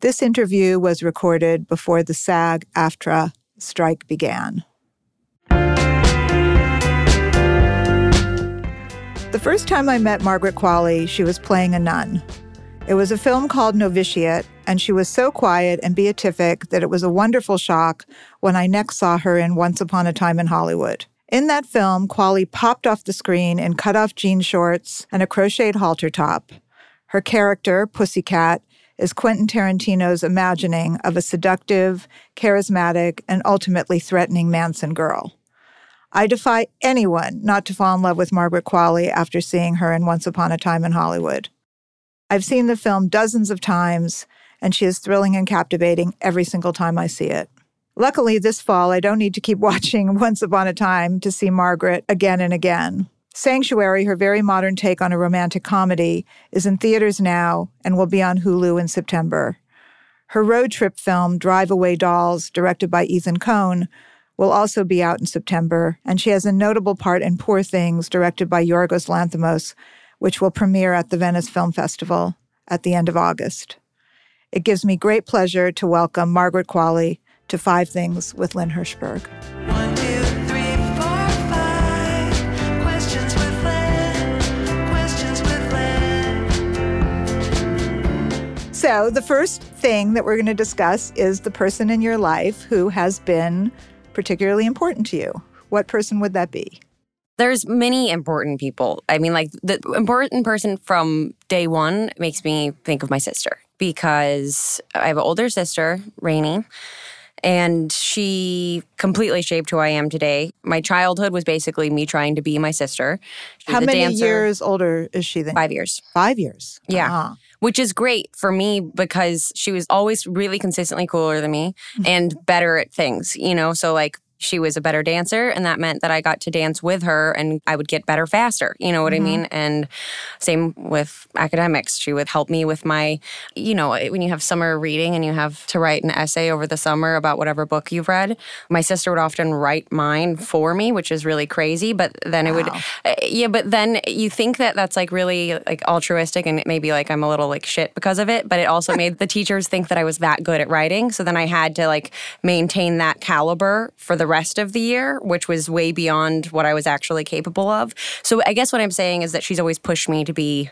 This interview was recorded before the SAG AFTRA strike began. The first time I met Margaret Qualley, she was playing a nun. It was a film called Novitiate, and she was so quiet and beatific that it was a wonderful shock when I next saw her in Once Upon a Time in Hollywood. In that film, Qualley popped off the screen in cut off jean shorts and a crocheted halter top. Her character, Pussycat, is Quentin Tarantino's imagining of a seductive, charismatic, and ultimately threatening Manson girl. I defy anyone not to fall in love with Margaret Qualley after seeing her in Once Upon a Time in Hollywood. I've seen the film dozens of times, and she is thrilling and captivating every single time I see it. Luckily, this fall, I don't need to keep watching Once Upon a Time to see Margaret again and again. Sanctuary, her very modern take on a romantic comedy, is in theaters now and will be on Hulu in September. Her road trip film, Drive Away Dolls, directed by Ethan Cohn, will also be out in September, and she has a notable part in Poor Things, directed by Yorgos Lanthimos, which will premiere at the Venice Film Festival at the end of August. It gives me great pleasure to welcome Margaret Qualley to Five Things with Lynn Hirschberg. One, two, three, four, five. Questions with Lynn. Questions with Lynn. So, the first thing that we're going to discuss is the person in your life who has been particularly important to you. What person would that be? There's many important people. I mean, like the important person from day one makes me think of my sister because I have an older sister, Rainey, and she completely shaped who I am today. My childhood was basically me trying to be my sister. She was How a many dancer. years older is she than Five years. Five years. Yeah. Uh-huh. which is great for me because she was always really consistently cooler than me and better at things, you know? So, like, she was a better dancer, and that meant that I got to dance with her and I would get better faster. You know what Mhm. I mean? And same with academics. She would help me with my, you know, eh, when you have summer reading and you have to write an essay over the summer about whatever book you've read, my sister would often write mine for me, which is really crazy. But then it would, Wow. uh, yeah, but then you think that that's like really like altruistic and maybe like I'm a little like shit because of it, but it also made the teachers think that I was that good at writing. So then I had to like maintain that caliber for the rest of the year, which was way beyond what I was actually capable of. So I guess what I'm saying is that she's always pushed me to be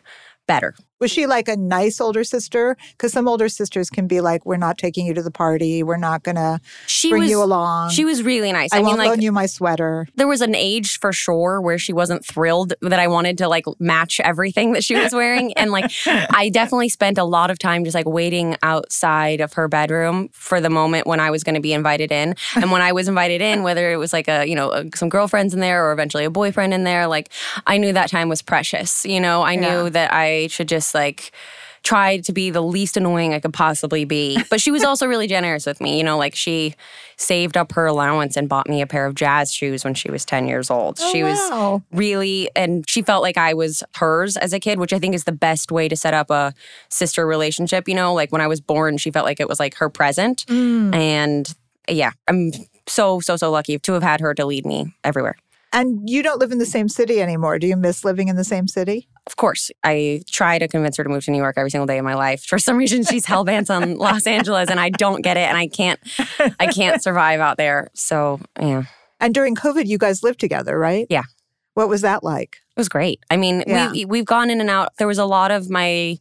better. Was she like a nice older sister? Because some older sisters can be like, "We're not taking you to the party. We're not gonna She bring was you along. she was really nice. I, I, mean won't like loan you my sweater." there was an age for sure where she wasn't thrilled that I wanted to like match everything that she was wearing. and like, I definitely spent a lot of time just like waiting outside of her bedroom for the moment when I was going to be invited in. And when I was invited in, whether it was like a, you know, a- some girlfriends in there or eventually a boyfriend in there, like I knew that time was precious. You know, I Yeah. knew that I should just like, try to be the least annoying I could possibly be. But she was also really generous with me. You know, like she saved up her allowance and bought me a pair of jazz shoes when she was 10 years old. she was Oh, wow. really, and she felt like I was hers as a kid, which I think is the best way to set up a sister relationship. You know, like when I was born, she felt like it was like her present. And yeah, I'm so, so, so lucky to have had her to lead me everywhere. And you don't live in the same city anymore. Do you miss living in the same city? Of course, I try to convince her to move to New York every single day of my life. For some reason, she's hell bent on Los Angeles, and I don't get it, and I can't, I can't survive out there. So yeah, it And during COVID, you guys lived together, right? Yeah. What was that like? was great. I mean, Yeah. we we've gone in and out. There was a lot of my,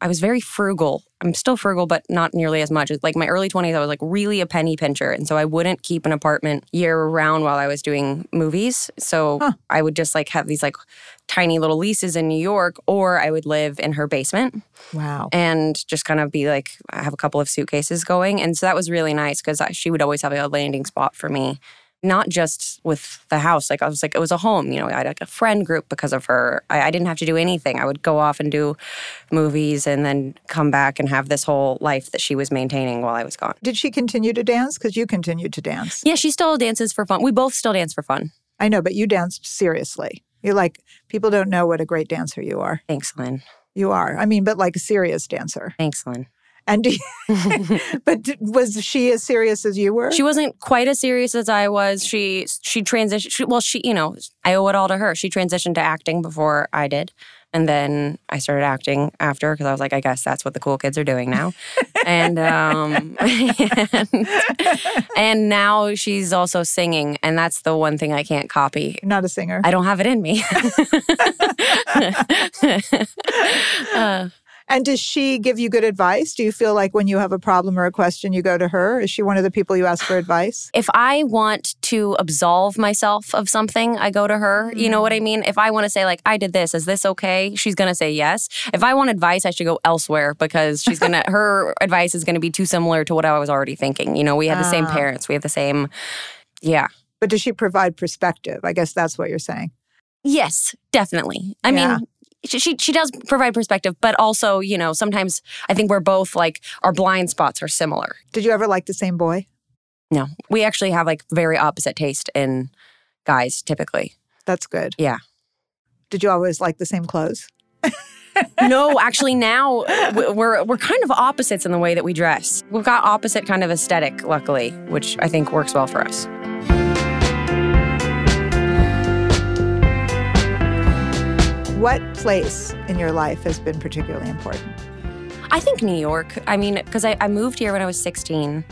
I was very frugal. I'm still frugal, but not nearly as much. Like my early 20s, I was like really a penny pincher, and so I wouldn't keep an apartment year round while I was doing movies. So Huh. I would just like have these like tiny little leases in New York, or I would live in her basement. Wow. and just kind of be like I have a couple of suitcases going and so that was really nice because she would always have a landing spot for me not just with the house like i was like it was a home you know i had like a friend group because of her i, I didn't have to do anything i would go off and do movies and then come back and have this whole life that she was maintaining while i was gone Did she continue to dance? Because you continued to dance. yeah she still dances for fun we both still dance for fun I know, but you danced seriously. You're like, people don't know what a great dancer you are. thanks lynn You are. I mean, but like a serious dancer. thanks lynn And do you- but d- was she as serious as you were? She wasn't quite as serious as I was. She she transitioned. She, well, she you know I owe it all to her. She transitioned to acting before I did, And then I started acting after because I was like, I guess that's what the cool kids are doing now. and um, and, and now she's also singing, and that's the one thing I can't copy. You're not a singer. I don't have it in me. Uh, and does she give you good advice? Do you feel like when you have a problem or a question, you go to her? Is she one of the people you ask for advice? if I want to absolve myself of something, I go to her. You know what Mm. I mean? If I want to say, like, I did this, is this okay? She's going to say yes. If I want advice, I should go elsewhere because she's going to, her advice is going to be too similar to what I was already thinking. You know, we had the same Ah. parents, we had the same, yeah. But does she provide perspective? I guess that's what you're saying. Yes, definitely. I Yeah. mean, she, she she does provide perspective, but also, you know, sometimes I think we're both like our blind spots are similar. Did you ever like the same boy? No, we actually have like very opposite taste in guys typically. That's good. Yeah. Did you always like the same clothes? no, actually now w- we're we're kind of opposites in the way that we dress. We've got opposite kind of aesthetic luckily, which I think works well for us. What place in your life has been particularly important? I think New York. I mean, because I, I moved here when I was 16.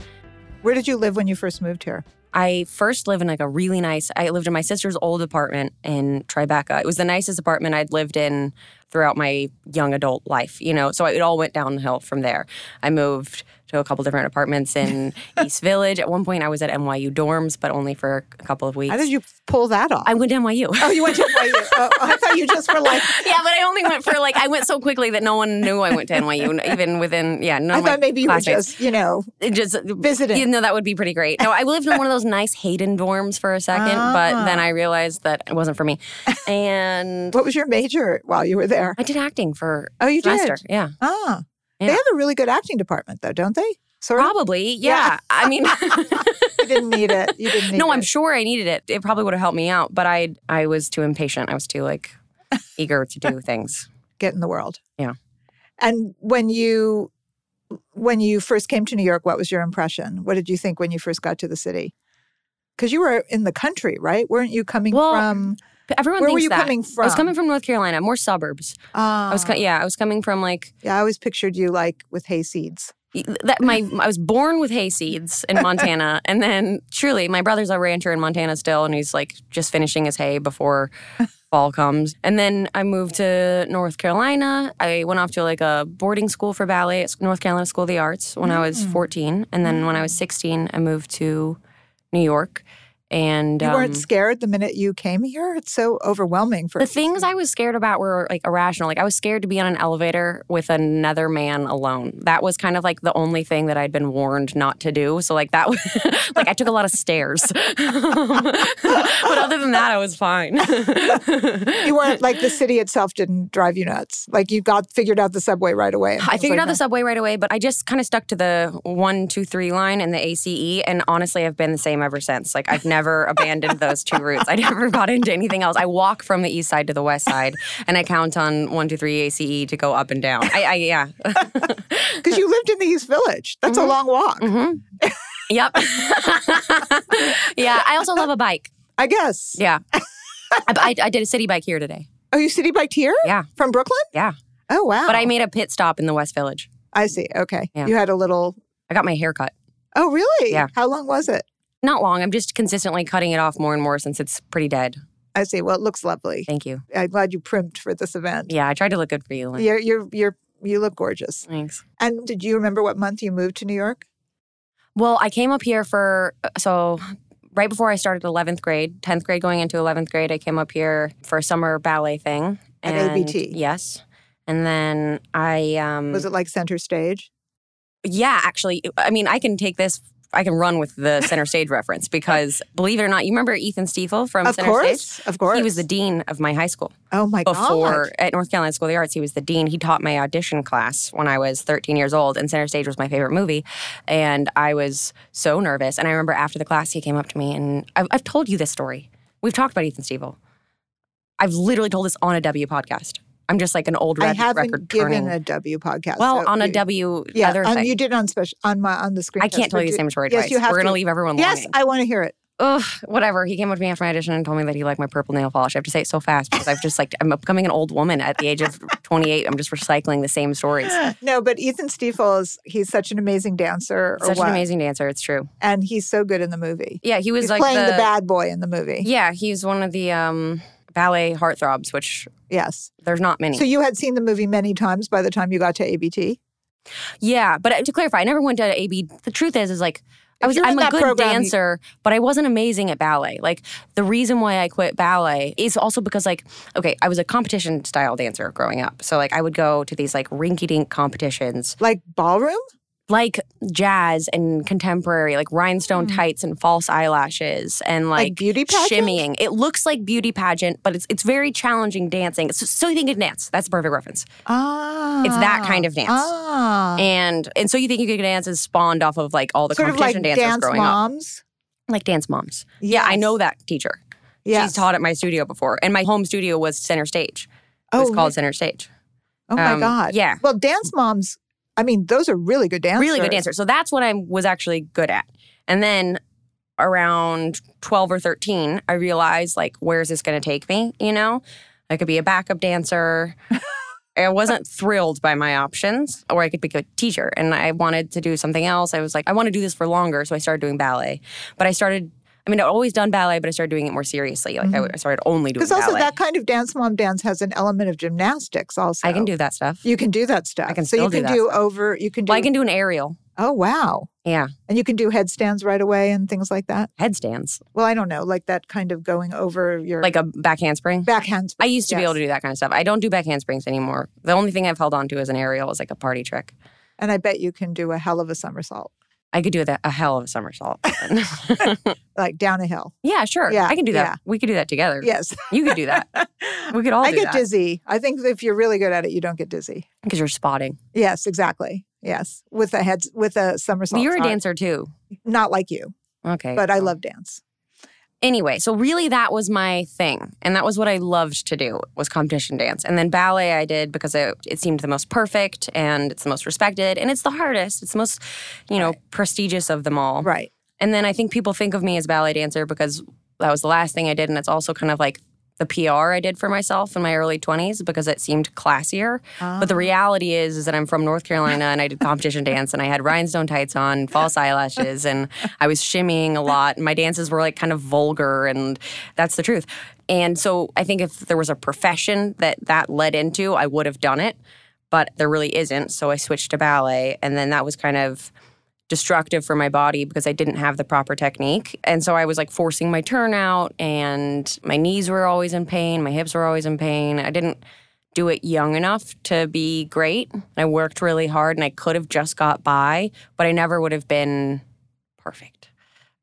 Where did you live when you first moved here? I first lived in like a really nice. I lived in my sister's old apartment in Tribeca. It was the nicest apartment I'd lived in throughout my young adult life. You know, so it all went downhill from there. I moved to a couple different apartments in East Village. At one point, I was at NYU dorms, but only for a couple of weeks. How did you pull that off? I went to NYU. oh, you went to NYU. oh, I thought you just were like, yeah, but I only went for like I went so quickly that no one knew I went to NYU. Even within yeah, none I of my thought maybe you were classmates. just, you know, It just Visiting. You know, that would be pretty great. No, I lived in one of those nice Hayden dorms for a second, but Ah. then I realized that it wasn't for me. And what was your major while you were there? I did acting for Oh, you a semester. did? Yeah. Ah. They Yeah. have a really good acting department, though, don't they? Sort of. Probably. Yeah. Yeah. I mean, You didn't need it. You didn't need no, it. I'm sure I needed it. It probably would have helped me out, but I I was too impatient. I was too like eager to do things. Get in the world. Yeah. And when you when you first came to New York, what was your impression? What did you think when you first got to the city? Because you were in the country, right? Weren't you coming Well, from? But everyone Where thinks were you that. coming from? Ah. I was coming from North Carolina, more suburbs. I was co- yeah, I was coming from like um, Yeah, I always pictured you like with hayseeds. that my I was born with hay seeds in Montana, and then truly, my brother's a rancher in Montana still, and he's like just finishing his hay before fall comes. And then I moved to North Carolina. I went off to like a boarding school for ballet at North Carolina School of the Arts when I Mm. was 14, and then when I was 16, I moved to New York. And You um, weren't scared the minute you came here. It's so overwhelming for the things I was scared about were like irrational. Like I was scared to be on an elevator with another man alone. That was kind of like the only thing that I'd been warned not to do. So like that was like I took a lot of stairs. but other than that, I was fine. you weren't like the city itself didn't drive you nuts. Like you got figured out the subway right away. and I things figured like out the subway right away, but I just kind of stuck to the one, two, three line and the ACE. And honestly, I've been the same ever since. Like, I've never abandoned those two routes. I never got into anything else. I walk from the east side to the west side, and I count on one, two, three ACE to go up and down. I, I yeah. because you lived in the East Village. That's Mm-hmm. a long walk, yep. yeah. I also love a bike. I guess. Yeah. I, I, I did a city bike here today. Oh, you city biked here? Yeah. From Brooklyn? Yeah. Oh wow. But I made a pit stop in the West Village. I see. Okay. Yeah. You had a little. I got my hair cut. Oh really? Yeah. How long was it? Not long. I'm just consistently cutting it off more and more since it's pretty dead. I see. Well, it looks lovely. Thank you. I'm glad you primped for this event. Yeah. I tried to look good for you. Lynn. You're you're you're you look gorgeous. Thanks. And did you remember what month you moved to New York? Well, I came up here for so right before I started 11th grade, 10th grade going into 11th grade, I came up here for a summer ballet thing At and- ABT. Yes. And then I um Was it like center stage? yeah, actually I mean, I can take this I can run with the center stage reference because believe it or not, you remember Ethan Stiefel from of Center course, Stage? of course. He was the dean of my high school oh my before god. at North Carolina School of the Arts. He was the dean. He taught my audition class when I was 13 years old, and Center Stage was my favorite movie. And I was so nervous. And I remember after the class, he came up to me, and I've, I've told you this story. We've talked about Ethan Stevel. I've literally told this on a W podcast. I'm just like an old I red haven't record given turning. a W podcast. well, so on a you- W Yeah, other on- thing. you did on special on my on the screen. I can't tell you the same story Yes, twice. you have We're gonna to. leave everyone Yes, longing. I want to hear it. ugh, whatever. He came up to me after my audition and told me that he liked my purple nail polish. I have to say it so fast because I've just like, I'm becoming an old woman at the age of 28. I'm just recycling the same stories. No, but Ethan Stiefel is he's such an amazing dancer or Such what, an amazing dancer. It's true. and he's so good in the movie. Yeah, he was He's like playing the, the bad boy in the movie. Yeah, he's one of the um, ballet heartthrobs, which Yes. there's not many. So you had seen the movie many times by the time you got to ABT. yeah, but uh, to clarify, I never went to AB. The truth is, is like I If was. you're in I'm a that good program, you- dancer, but I wasn't amazing at ballet. Like the reason why I quit ballet is also because like okay, I was a competition style dancer growing up. So like I would go to these like rinky dink competitions, Like ballroom? like jazz and contemporary, like rhinestone tights and false eyelashes, and Mm. Like, like, beauty pageant? shimmying. It looks like beauty pageant, but it's it's very challenging dancing. It's so you think you can dance. That's the perfect reference. Ah. It's that kind of dance. Ah. And and so you think you could dance is spawned off of like all the sort of like competition dancers dance growing up, moms. like dance moms. Yeah, I Yes. know that teacher. Yes. She's taught at my studio before, and my home studio was center stage. It Oh, was really? called center stage. Oh my um, god. yeah. Well, dance moms. I mean, those are really good dancers. Really good dancer. So that's what I was actually good at. And then around 12 or 13, I realized like, where is this going to take me? You know, I could be a backup dancer. I wasn't thrilled by my options, or I could be a teacher. And I wanted to do something else. I was like, I want to do this for longer. So I started doing ballet. But I started, I mean, I'd always done ballet, but I started doing it more seriously. Like, I, I started only doing Mm-hmm. Because also ballet. that kind of dance mom dance has an element of gymnastics. Also, I can do that stuff. You can do that stuff. I can so you still do can that do over. You can do. Well, I can do an aerial. oh wow! Yeah. And you can do headstands right away and things like that. Headstands, Well, I don't know, like that kind of going over your like a back handspring. back handspring. I used to be Yes. able to do that kind of stuff. I don't do back handsprings anymore. The only thing I've held on to as an aerial is like a party trick. and I bet you can do a hell of a somersault, I could do that a hell of a somersault. like down a hill. yeah, sure. Yeah, I can do that. yeah. We could do that together. Yes, You could do that. We could all I do get that dizzy. I think if you're really good at it, you don't get dizzy. because you're spotting. Yes, exactly. Yes, with a head with a somersault. Well, you're a sorry. dancer too. not like you, Okay. but I well. love dance. anyway, so really that was my thing. And that was what I loved to do was competition dance. And then ballet I did because it, it seemed the most perfect and it's the most respected and it's the hardest. It's the most, you know, prestigious of them all. Right. And then I think people think of me as ballet dancer because that was the last thing I did. And it's also kind of like the PR I did for myself in my early 20s because it seemed classier. But Oh. the Um, reality is, is that I'm from North Carolina and I did competition dance and I had rhinestone tights on, false eyelashes, and I was shimmying a lot. And my dances were like kind of vulgar. And that's the truth. And so I think if there was a profession that that led into, I would have done it. But there really isn't. So I switched to ballet. And then that was kind of destructive for my body because I didn't have the proper technique. And so I was like forcing my turnout, and my knees were always in pain, my hips were always in pain. I didn't do it young enough to be great. I worked really hard and I could have just got by, but I never would have been perfect.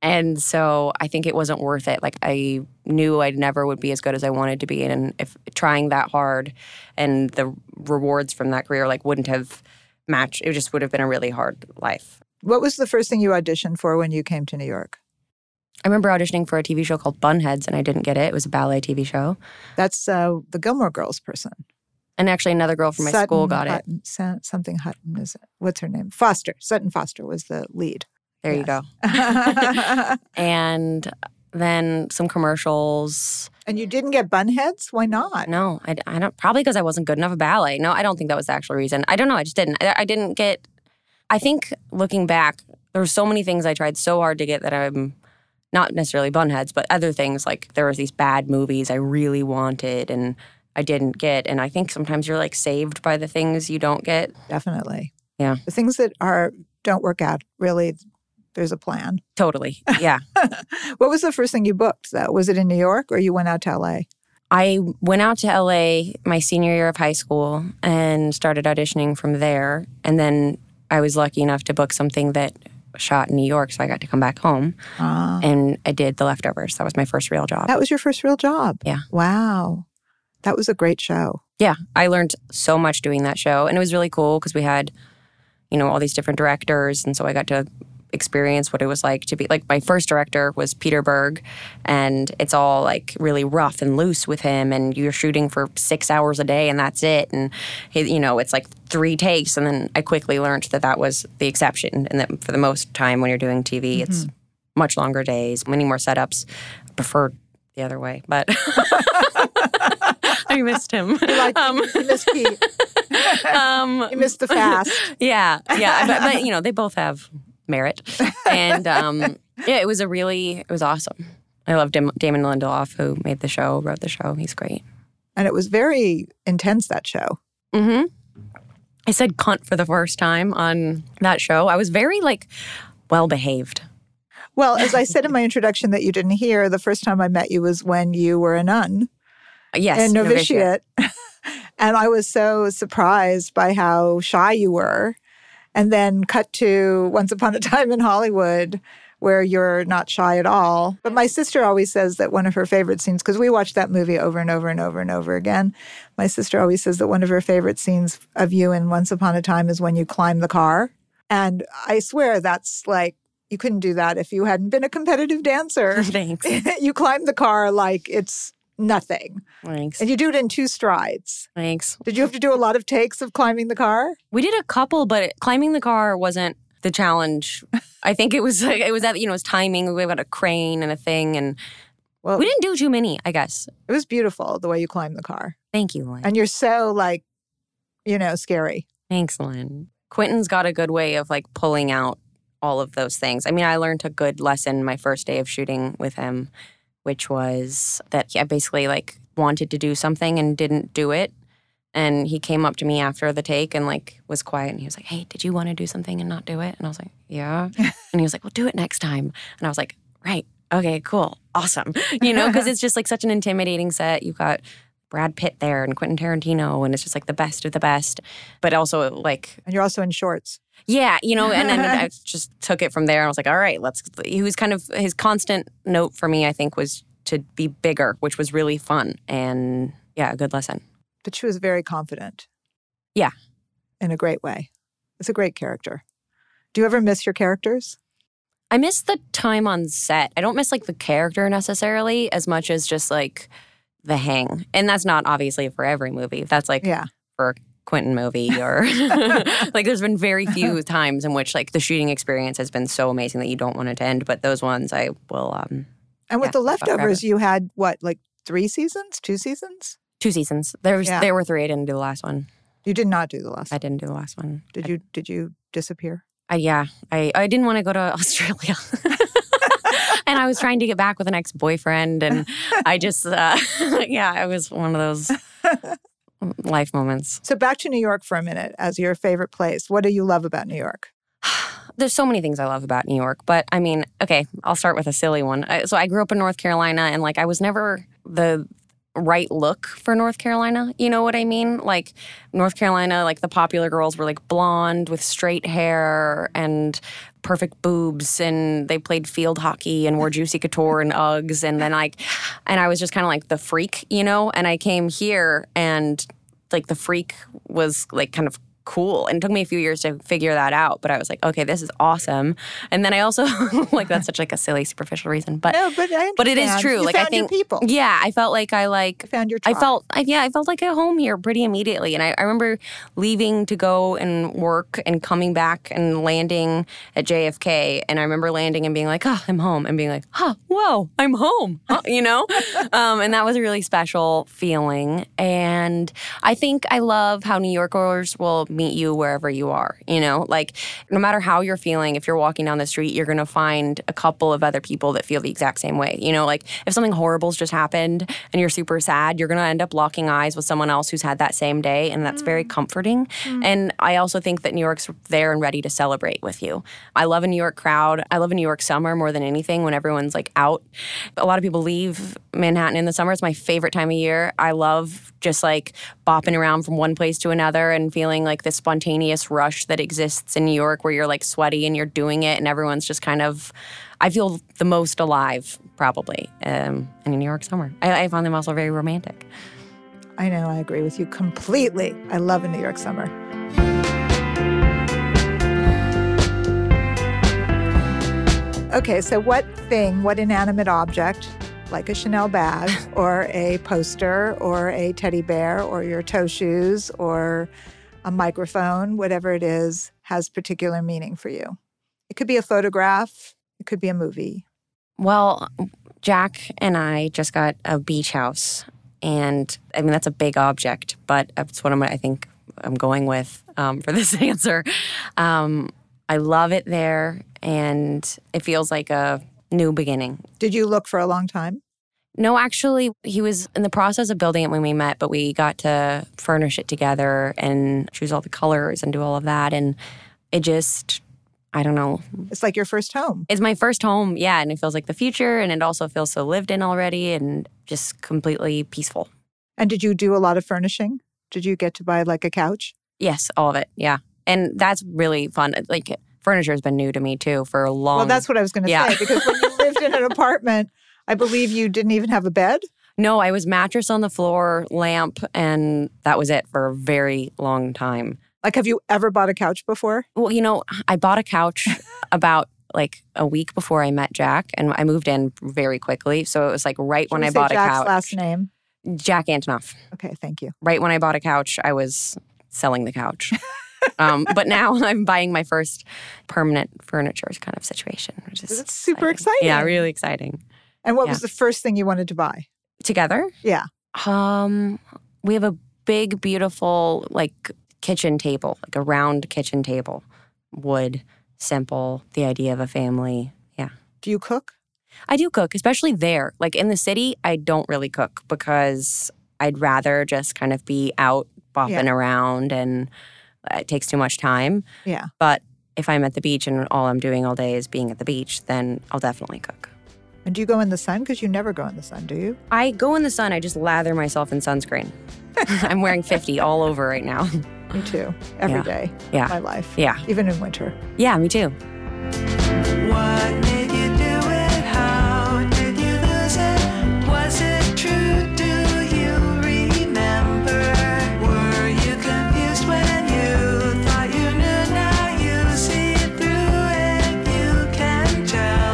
And so I think it wasn't worth it. Like I knew I never would be as good as I wanted to be and if trying that hard and the rewards from that career like wouldn't have matched it just would have been a really hard life. What was the first thing you auditioned for when you came to New York? I remember auditioning for a TV show called Bunheads and I didn't get it. It was a ballet TV show. That's uh, the Gilmore Girls person. And actually, another girl from Oh, my school got it. Hutton, Sa- something Hutton is it? What's her name? Foster. Sutton Foster was the lead. There you go. and And then some commercials. you didn't get bunheads? Why not? No, I, I don't, probably because I wasn't good enough at ballet. No, I don't think that was the actual reason. I don't know. I just didn't. I, I didn't get, I think looking back, there were so many things I tried so hard to get that I'm not necessarily bunheads, but other things like there was these bad movies I really wanted and I didn't get. And I think sometimes you're like saved by the things you don't get. Definitely. Yeah. The things that are don't work out really. There's a plan. Totally. Yeah. What was the first thing you booked though? Was it in New York or you went out to LA? I went out to LA my senior year of high school and started auditioning from there. And then I was lucky enough to book something that shot in New York, so I got to come back home. Ah. And I did The Leftovers. That was my first real job. That was your first real job. Yeah. Wow. That was a great show. Yeah, I learned so much doing that show. And it was really cool because we had, you know, all these different directors. And so I got to experience what it was like to be like my first director was Peter Berg. And it's all like really rough and loose with him. And you're shooting for six hours a day and that's it. And, he, you know, it's like three takes. Mm-hmm. And then I quickly learned that that was the exception. And that for the most time when you're doing TV, it's much longer days, many more setups. I prefer the other way, but I missed him. Like, um, you missed Pete. um, You missed the fast. yeah, yeah, but, but you know they both have merit, and um, yeah, it was a really it was awesome. I love Dam- Damon Lindelof, who made the show, wrote the show. He's great. And it was very intense, that show. Mm-hmm. I said cunt for the first time on that show. I was very like well behaved. Well, as I said in my introduction that you didn't hear, the first time I met you was when you were a nun Yes, in novitiate. and I was so surprised by how shy you were. And then cut to Once Upon a Time in Hollywood, where you're not shy at all. But my sister always says that one of her favorite scenes, because we watched that movie over and over and over and over again. My sister always says that one of her favorite scenes of you in Once Upon a Time is when you climb the car. And I swear that's like, you couldn't do that if you hadn't been a competitive dancer. Thanks. you climb the car like it's nothing. Thanks. And you do it in two strides. Thanks. Did you have to do a lot of takes of climbing the car? We did a couple, but it- climbing the car wasn't the challenge. I think it was like it was that you know it was timing. We got a crane and a thing, and Well, we didn't do too many. I guess. it was beautiful the way you climbed the car. Thank you, Lynn. And you're so like, you know, scary. Thanks, Lynn. Quentin's got a good way of like pulling out all of those things. I mean, I learned a good lesson my first day of shooting with him, which was that I basically like wanted to do something and didn't do it. And he came up to me after the take and like was quiet and he was like, Hey, did you want to do something and not do it? And I was like, Yeah. and he was like, Well, do it next time. And I was like, Right. Okay, cool. Awesome. You know, because it's just like such an intimidating set. You've got Brad Pitt there and Quentin Tarantino, and it's just like the best of the best. But also, like, And you're also in shorts. yeah, you know, and then I just took it from there. I was like, all right, let's. He was kind of his constant note for me, I think, was to be bigger, which was really fun and yeah, a good lesson. But she was very confident. Yeah. In a great way. It's a great character. Do you ever miss your characters? I miss the time on set. I don't miss like the character necessarily as much as just like the hang. And that's not obviously for every movie. That's like Yeah. Quentin movie or like there's been very few times in which like the shooting experience has been so amazing that you don't want it to end but those ones I will um And with Yeah, the I'll grab leftovers, you had what, like three seasons, two seasons? two seasons there was Yeah. there were three I didn't do the last one You did not do the last. I didn't do the last one Did you? Did you disappear? I, yeah I I didn't want to go to Australia and I was trying to get back with an ex-boyfriend and I just uh yeah it was one of those life moments So back to New York for a minute as your favorite place. What do you love about New York? there's so many things I love about New York, but I mean, okay, I'll start with a silly one. I, so I grew up in North Carolina, and like I was never the right look for North Carolina. You know what I mean? Like North Carolina, like the popular girls were like blonde with straight hair and perfect boobs and they played field hockey and wore juicy couture and Uggs and then like and I was just kind of like the freak, you know, and I came here and like the freak was like kind of cool and it took me a few years to figure that out but i was like okay this is awesome and then i also like that's such like a silly superficial reason but No, but I but it is understand. true You like i found your think people. yeah i felt like i like You found your. I tribe. felt, I, yeah, I felt like at home here pretty immediately. And I, I remember leaving to go and work and coming back and landing at JFK. And I remember landing and being like, oh, I'm home. And being like, oh, whoa, I'm home, huh, you know? um, and that was a really special feeling. And I think I love how New Yorkers will meet you wherever you are, you know? Like, no matter how you're feeling, if you're walking down the street, you're going to find a couple of other people that feel the exact same way. You know, like if something horrible's just happened and you're super sad, you're going to end up locking eyes with someone else who's had that same day. And that's very comforting. And I also think that New York's there and ready to celebrate with you. I love a New York crowd. I love a New York summer more than anything when everyone's like out. A lot of people leave Manhattan in the summer. It's my favorite time of year. I love just like bopping around from one place to another and feeling like this spontaneous rush that exists in New York where you're like sweaty and you're doing it and everyone's just kind of, I feel the most alive probably um, in a New York summer. I, I find them also very romantic. I know. I agree with you completely. I love a New York summer. Okay, so what thing, what inanimate object, like a Chanel bag or a poster or a teddy bear or your toe shoes or a microphone, whatever it is, has particular meaning for you? It could be a photograph, it could be a movie, Well, Jack and I just got a beach house, and I mean that's a big object, but that's what I'm, I think I'm going with um, for this answer. Um, I love it there, and it feels like a new beginning. Did you look for a long time? No, actually, he was in the process of building it when we met, but we got to furnish it together and choose all the colors and do all of that, and it just. I don't know It's like your first home. it's my first home, yeah, and it feels like the future, and it also feels so lived in already, and just completely peaceful. And did you do a lot of furnishing? Did you get to buy like a couch? Yes, all of it, yeah, and that's really fun. uh, Like furniture has been new to me too for a long. well, that's what I was going to Um, yeah. say because when you lived in an apartment, I believe you didn't even have a bed. no, I was mattress on the floor, lamp, and that was it for a very long time. Like, have you ever bought a couch before? Well, you know, I bought a couch about like a week before I met Jack, and I moved in very quickly, so it was like right Should when we I say bought Jack's a couch. last name. Jack Antonoff. Okay, thank you. right when I bought a couch, I was selling the couch. um, but now I'm buying my first permanent furniture kind of situation, which is That's super exciting. Yeah, really exciting. And what yeah. was the first thing you wanted to buy? Together, Yeah. um, we have a big, beautiful like kitchen table, like a round kitchen table, wood, simple. The idea of a family. Yeah, Do you cook? I do cook, especially there. Like in the city, I don't really cook because I'd rather just kind of be out bopping around and uh, it takes too much time. Yeah. But if I'm at the beach and all I'm doing all day is being at the beach, then I'll definitely cook. And do you go in the sun? Because you never go in the sun, do you? I go in the sun, I just lather myself in sunscreen. I'm wearing 50 all over right now. Me too. Every Yeah. day. Yeah. of My life. Yeah. Even in winter. Yeah, me too. What made you do it? How did you lose it? Was it true? Do you remember? Were you confused when you thought you knew? Now you see through it. You can tell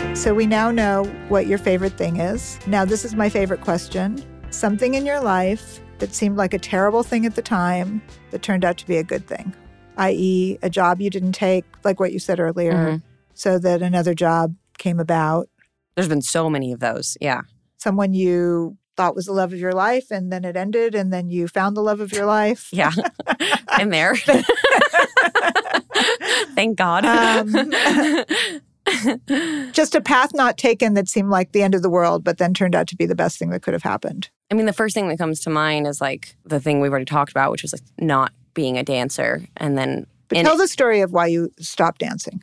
her. So we now know what your favorite thing is. Now, this is my favorite question something in your life that seemed like a terrible thing at the time that turned out to be a good thing, i.e., a job you didn't take, like what you said earlier, Mhm. so that another job came about, There's been so many of those. Yeah. someone you thought was the love of your life and then it ended and then you found the love of your life. Yeah. I'm there. Thank God. Just a path not taken that seemed like the end of the world, but then turned out to be the best thing that could have happened. I mean, the first thing that comes to mind is like the thing we've already talked about, which was like not being a dancer. And then, But and tell the story of why you stopped dancing.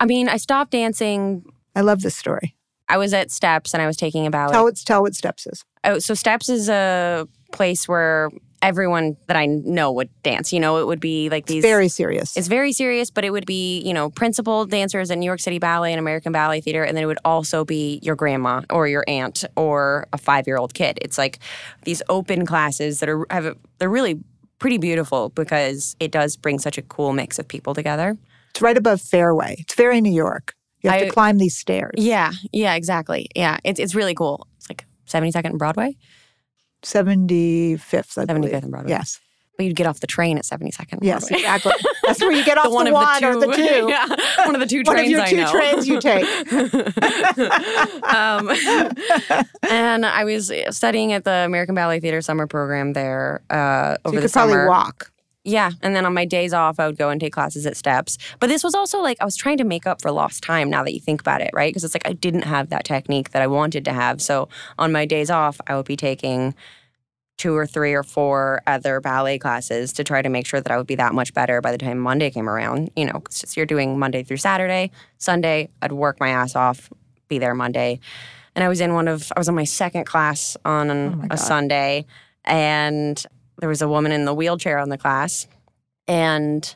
I mean, I stopped dancing. I love this story. I was at Steps and I was taking a ballet. Tell what tell what steps is. Oh, so Steps is a place where everyone that I know would dance. You know, it would be like these. Very serious. It's very serious, but it would be, you know, principal dancers at New York City Ballet and American Ballet Theater. And then it would also be your grandma or your aunt or a five year old kid. It's like these open classes that are, have a, they're really pretty beautiful because it does bring such a cool mix of people together. It's right above fairway. It's very New York. You have to I- climb these stairs. Yeah. Yeah, exactly. Yeah. It's, it's really cool. It's like 72nd and Broadway, Seventy fifth, I 75th believe. and Broadway. Yes. but you'd get off the train at 72nd. and Yes, Broadway. exactly. That's where you get off the The one, one of the two. or the two. yeah, one of the two trains One of your I two know. trains you take. um, and I was studying at the American Ballet Theater summer program there uh, So over you the could probably summer. walk. Yeah, and then on my days off, I would go and take classes at Steps. But this was also like I was trying to make up for lost time. Now that you think about it, right? Because it's like I didn't have that technique that I wanted to have. So on my days off, I would be taking two or three or four other ballet classes to try to make sure that I would be that much better by the time Monday came around. You know, since you're doing Monday through Saturday, Sunday, I'd work my ass off, be there Monday. And I was in one of, I was in my second class on Oh my a God. Sunday, and there was a woman in the wheelchair on the class. And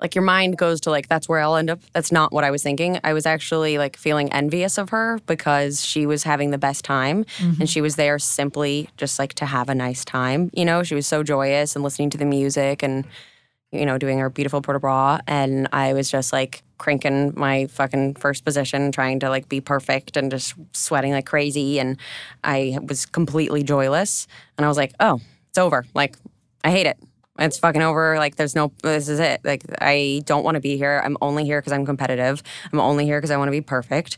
like your mind goes to like that's where I'll end up. That's not what I was thinking. I was actually like feeling envious of her because she was having the best time and she was there simply just like to have a nice time. You know, she was so joyous and listening to the music and you know doing her beautiful port de bras and I was just like cranking my fucking first position trying to like be perfect and just sweating like crazy and I was completely joyless and I was like, "Oh, it's over. Like I hate it. It's fucking over. Like, there's no, this is it. Like, I don't want to be here. I'm only here because I'm competitive. I'm only here because I want to be perfect.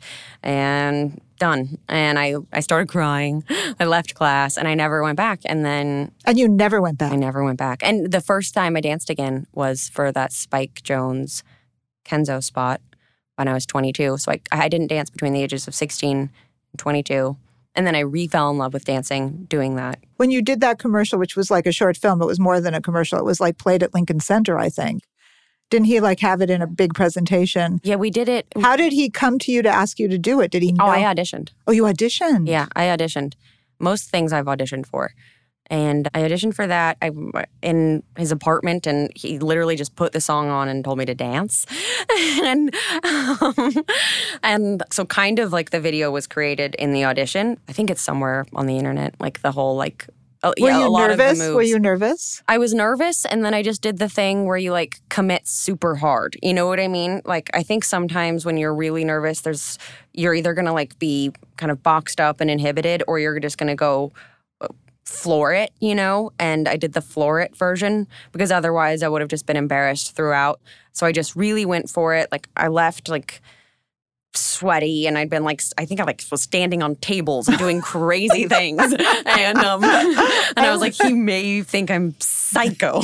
And done. And I, I started crying. I left class and I never went back. And then And you never went I back. never went back. And the first time I danced again was for that Spike Jones Kenzo spot when I was 22. So I, I didn't dance between the ages of 16 and 22. And then I re fell in love with dancing doing that. When you did that commercial, which was like a short film, it was more than a commercial. It was like played at Lincoln Center, I think. Didn't he like have it in a big presentation? Yeah, we did it. How did he come to you to ask you to do it? Did he know? Oh, I auditioned. Oh, you auditioned? Yeah, I auditioned. Most things I've auditioned for. And I auditioned for that I, in his apartment, and he literally just put the song on and told me to dance. and, um, and so, kind of like the video was created in the audition. I think it's somewhere on the internet, like the whole, like, oh, Were yeah, a you lot of nervous? the moves. Were you nervous? I was nervous, and then I just did the thing where you like commit super hard. You know what I mean? Like, I think sometimes when you're really nervous, there's you're either gonna like be kind of boxed up and inhibited, or you're just gonna go uh, floor it, you know? And I did the floor it version because otherwise I would have just been embarrassed throughout. So I just really went for it. Like, I left like sweaty and I'd been like I think I like was standing on tables and doing crazy things and um and I was like he may think I'm psycho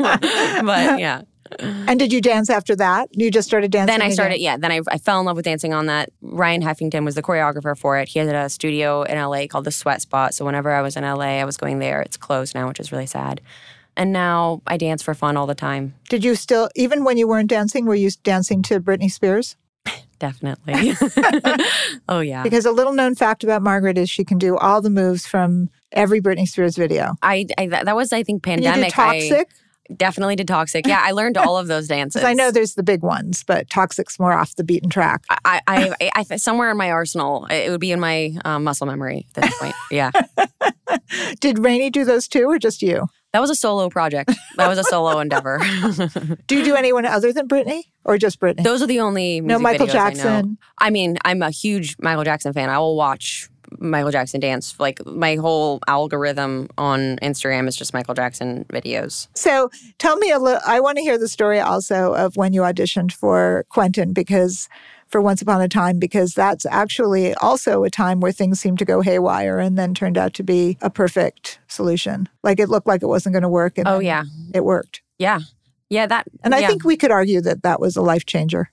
but yeah And did you dance after that? You just started dancing? then I again? started yeah then I, I fell in love with dancing on that Ryan Heffington was the choreographer for it he had a studio in LA called the Sweat Spot so whenever I was in LA I was going there it's closed now which is really sad and now I dance for fun all the time Did you still, even when you weren't dancing, were you dancing to Britney Spears? definitely oh yeah Because a little known fact about Margaret is she can do all the moves from every Britney Spears video. I, I that was I think And you pandemic did I, Toxic? Definitely did toxic. Yeah, I learned all of those dances. Because I know there's the big ones, but Toxic's more off the beaten track. I, I, I, I, somewhere in my arsenal, it would be in my um, muscle memory at this point. Yeah, Did Rainey do those too, or just you? that was a solo project. That was a solo endeavor. Do you do anyone other than Britney, or just Britney? Those are the only no music Michael videos I know. Jackson. I mean, I'm a huge Michael Jackson fan. I will watch Michael Jackson dance. Like my whole algorithm on Instagram is just Michael Jackson videos. So tell me a little. I want to hear the story also of when you auditioned for Quentin, because for Once Upon a Time, because that's actually also a time where things seemed to go haywire and then turned out to be a perfect solution. Like it looked like it wasn't going to work, and Oh then yeah, it worked. yeah, yeah. That And I yeah. think we could argue that that was a life changer.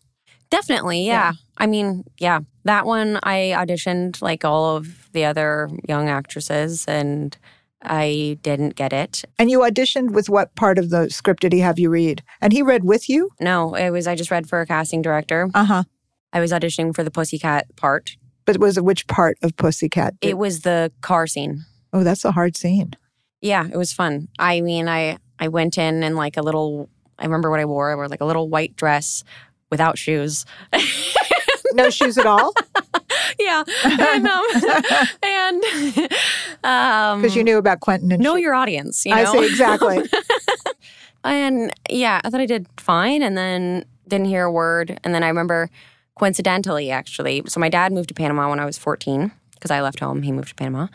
Definitely, yeah. I mean, yeah. That one I auditioned like all of the other young actresses and I didn't get it. And you auditioned with what part of the script did he have you read? And he read with you. No, it was I just read for a casting director. Uh huh. I was auditioning for the pussycat part. But was it which part of Pussycat? did- It was the car scene. Oh, that's a hard scene. Yeah, it was fun. I mean, I I went in in like a little I remember what I wore. I wore like a little white dress without shoes. No shoes at all yeah. And um, and um because you knew about Quentin and know shoes. your audience, you know. I say exactly. And yeah, I thought I did fine and then didn't hear a word. And then I remember coincidentally, actually, so my dad moved to Panama when I was 14 because I left home. He moved to Panama.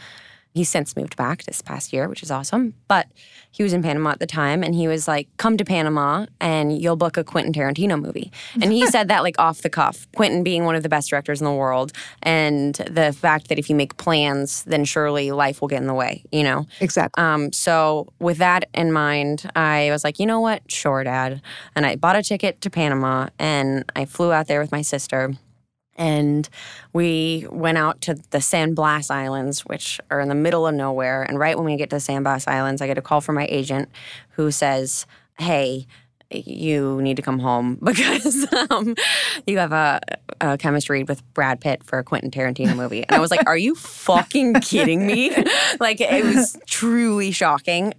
He's since moved back this past year, which is awesome. But he was in Panama at the time and he was like, Come to Panama and you'll book a Quentin Tarantino movie. And he said that like off the cuff, Quentin being one of the best directors in the world. And the fact that if you make plans, then surely life will get in the way, you know? exactly. Um, so with that in mind, I was like, you know what, sure, Dad, and I bought a ticket to Panama and I flew out there with my sister, and we went out to the San Blas Islands, which are in the middle of nowhere. And right when we get to the San Blas Islands, I get a call from my agent, who says, "Hey." You need to come home because um, you have a, a uh, chemistry read with Brad Pitt for a Quentin Tarantino movie. And I was like, are you fucking kidding me? like, it was truly shocking,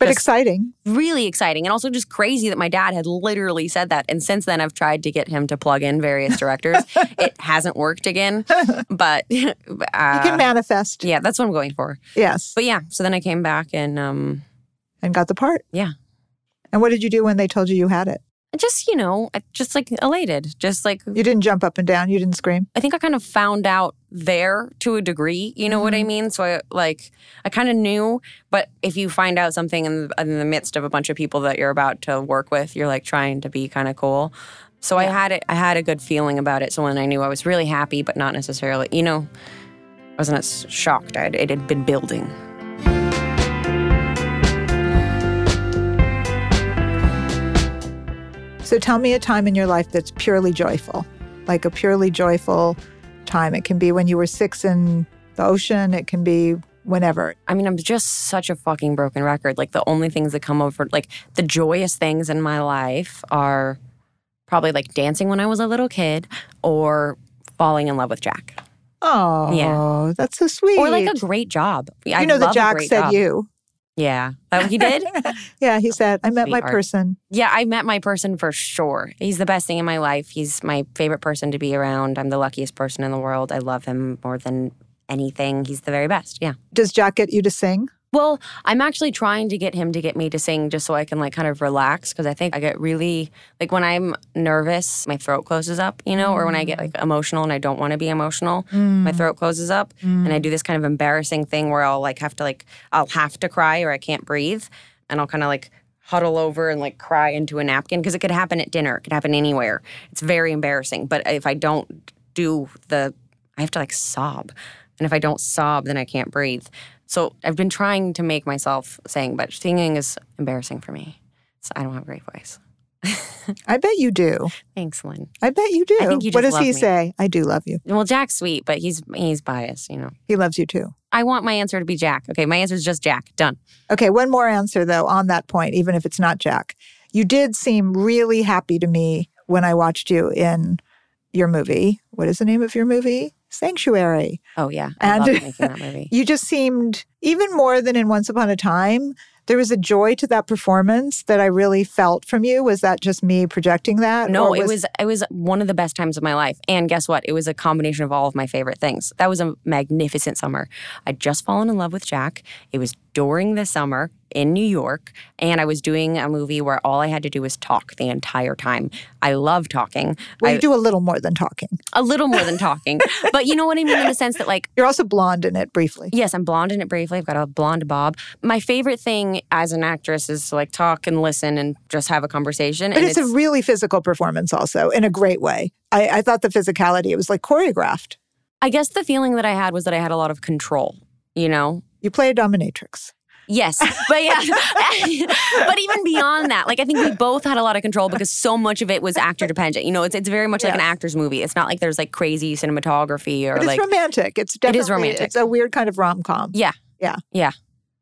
But just- exciting. really exciting, and also just crazy that my dad had literally said that. And since then, I've tried to get him to plug in various directors. it hasn't worked again, but You can uh, manifest. yeah, that's what I'm going for. Yes. But yeah, so then I came back and um, And got the part. Yeah. And what did you do when they told you you had it? just you know I- just like elated just like You didn't jump up and down. You didn't scream. I think I kind of found out there to a degree. You know what I mean? So I like I kind of knew, but if you find out something in the, in the midst of a bunch of people that you're about to work with, you're like trying to be kind of cool. So I had it. I had a good feeling about it. So when I knew, I was really happy, but not necessarily. You know, I wasn't as shocked. I'd, it had been building. So tell me a time in your life that's purely joyful, like a purely joyful time. It can be when you were six in the ocean, it can be whenever. I mean, I'm just such a fucking broken record. Like the only things that come over, like the joyous things in my life are probably like dancing when I was a little kid or falling in love with Jack Oh, that's so sweet. or like a great job. I you know love that a Jack great said job. you. Yeah. Oh, he did? Yeah, he said, I met my Sweetheart. person. yeah, I met my person for sure. He's the best thing in my life. He's my favorite person to be around. I'm the luckiest person in the world. I love him more than anything. He's the very best. Yeah. Does Jack get you to sing? Well, I'm actually trying to get him to get me to sing just so I can like kind of relax because I think I get really like when I'm nervous, my throat closes up, you know, or when I get like emotional and I don't want to be emotional, Mm. my throat closes up and I do this kind of embarrassing thing where I'll like have to like I'll have to cry or I can't breathe and I'll kind of like huddle over and like cry into a napkin because it could happen at dinner, it could happen anywhere. It's very embarrassing, but if I don't do the I have to like sob. And if I don't sob, then I can't breathe. So I've been trying to make myself sing, but singing is embarrassing for me. So I don't have a great voice. I bet you do. Thanks, Lynn. I bet you do. I think you what just does he love me. say? I do love you. Well, Jack's sweet, but he's he's biased, you know. He loves you too. I want my answer to be Jack. Okay, my answer is just Jack. Done. Okay, one more answer though on that point, even if it's not Jack. You did seem really happy to me when I watched you in your movie. What is the name of your movie? Sanctuary. Oh yeah, I And- loved making that movie. You just seemed, even more than in Once Upon a Time, there was a joy to that performance that I really felt from you. Was that just me projecting that? No, Or it was it was one of the best times of my life. And guess what? It was a combination of all of my favorite things. That was a magnificent summer. I'd just fallen in love with Jack. It was during the summer in New York, and I was doing a movie where all I had to do was talk the entire time. I love talking. Well, I- you do a little more than talking. a little more than talking, but you know what I mean in the sense that like You're also blonde in it briefly. Yes, I'm blonde in it briefly. I've got a blonde bob. My favorite thing as an actress is to like talk and listen and just have a conversation. But and it's, a really physical performance, also in a great way. I, I thought the physicality, it was like choreographed. I guess the feeling that I had was that I had a lot of control, you know? You play a dominatrix. Yes. But yeah. but even beyond that, like I think we both had a lot of control because so much of it was actor dependent. You know, it's it's very much like an Yes. actor's movie. It's not like there's like crazy cinematography or But it's like romantic. It's definitely is romantic. It's a weird kind of rom com. Yeah. Yeah. Yeah.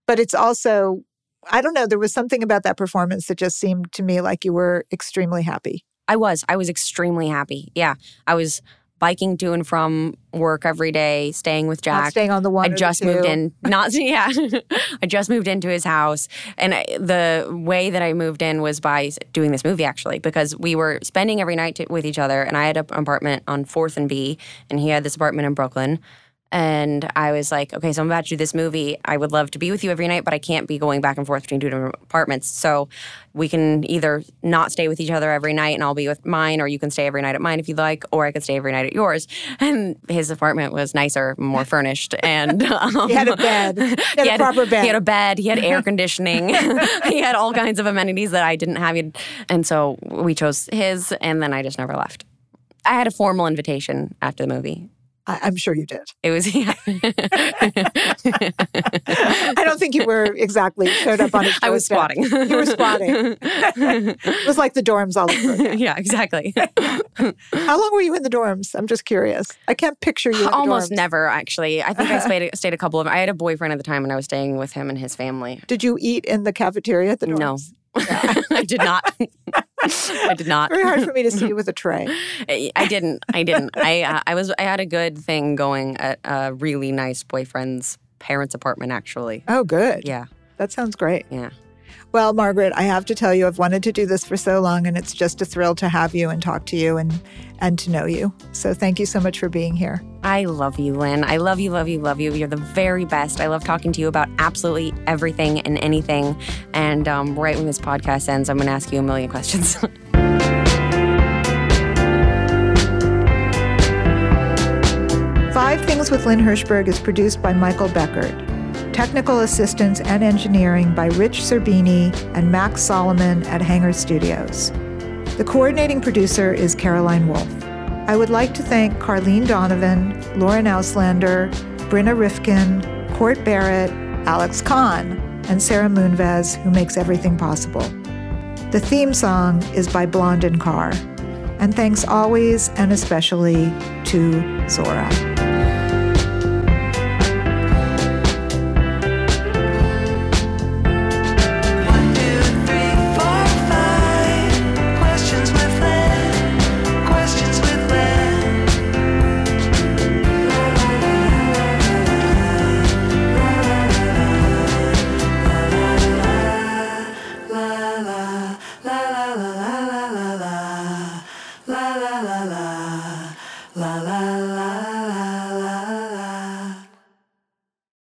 But it's also, I don't know. There was something about that performance that just seemed to me like you were extremely happy. I was. I was extremely happy. Yeah. I was biking to and from work every day, staying with Not Jack. staying on the one. I or the just moved two. in. Not yeah. I just moved into his house, and I, the way that I moved in was by doing this movie actually, because we were spending every night to, with each other, and I had an apartment on Fourth and B, and he had this apartment in Brooklyn. And I was like, okay, so I'm about to do this movie. I would love to be with you every night, but I can't be going back and forth between two different apartments. So we can either not stay with each other every night and I'll be with mine, or you can stay every night at mine if you'd like, or I could stay every night at yours. And his apartment was nicer, more furnished, and um, He had a bed. He had a proper bed. He had a bed. He had air conditioning. he had all kinds of amenities that I didn't have. He'd- And so we chose his, and then I just never left. I had a formal invitation after the movie. I, I'm sure you did. It was yeah. I don't think you were exactly showed up on his I was doorstep. squatting. You were squatting. it was like the dorms all over. again. yeah, exactly. How long were you in the dorms? I'm just curious. I can't picture you. In the Almost dorms. never, actually. I think I stayed, stayed a couple of. I had a boyfriend at the time, and I was staying with him and his family. Did you eat in the cafeteria at the dorms? No, I did not. I did not. Very hard for me to see you with a tray. I I didn't. I didn't. I uh, I was. I had a good thing going at a really nice boyfriend's parents' apartment. Actually, Oh, good. yeah, That sounds great. yeah. Well, Margaret, I have to tell you, I've wanted to do this for so long, and it's just a thrill to have you and talk to you and and to know you. So thank you so much for being here. I love you, Lynn. I love you, love you, love you. You're the very best. I love talking to you about absolutely everything and anything. And um, right when this podcast ends, I'm going to ask you a million questions. Things with Lynn Hirschberg is produced by Michael Beckert. Technical assistance and engineering by Rich Serbini and Max Solomon at Hanger Studios. The coordinating producer is Caroline Wolfe. I would like to thank Carlene Donovan, Lauren Auslander, Brinna Rifkin, Court Barrett, Alex Kahn, and Sarah Moonves, who makes everything possible. The theme song is by Blondin Carr. And thanks always and especially to Zora.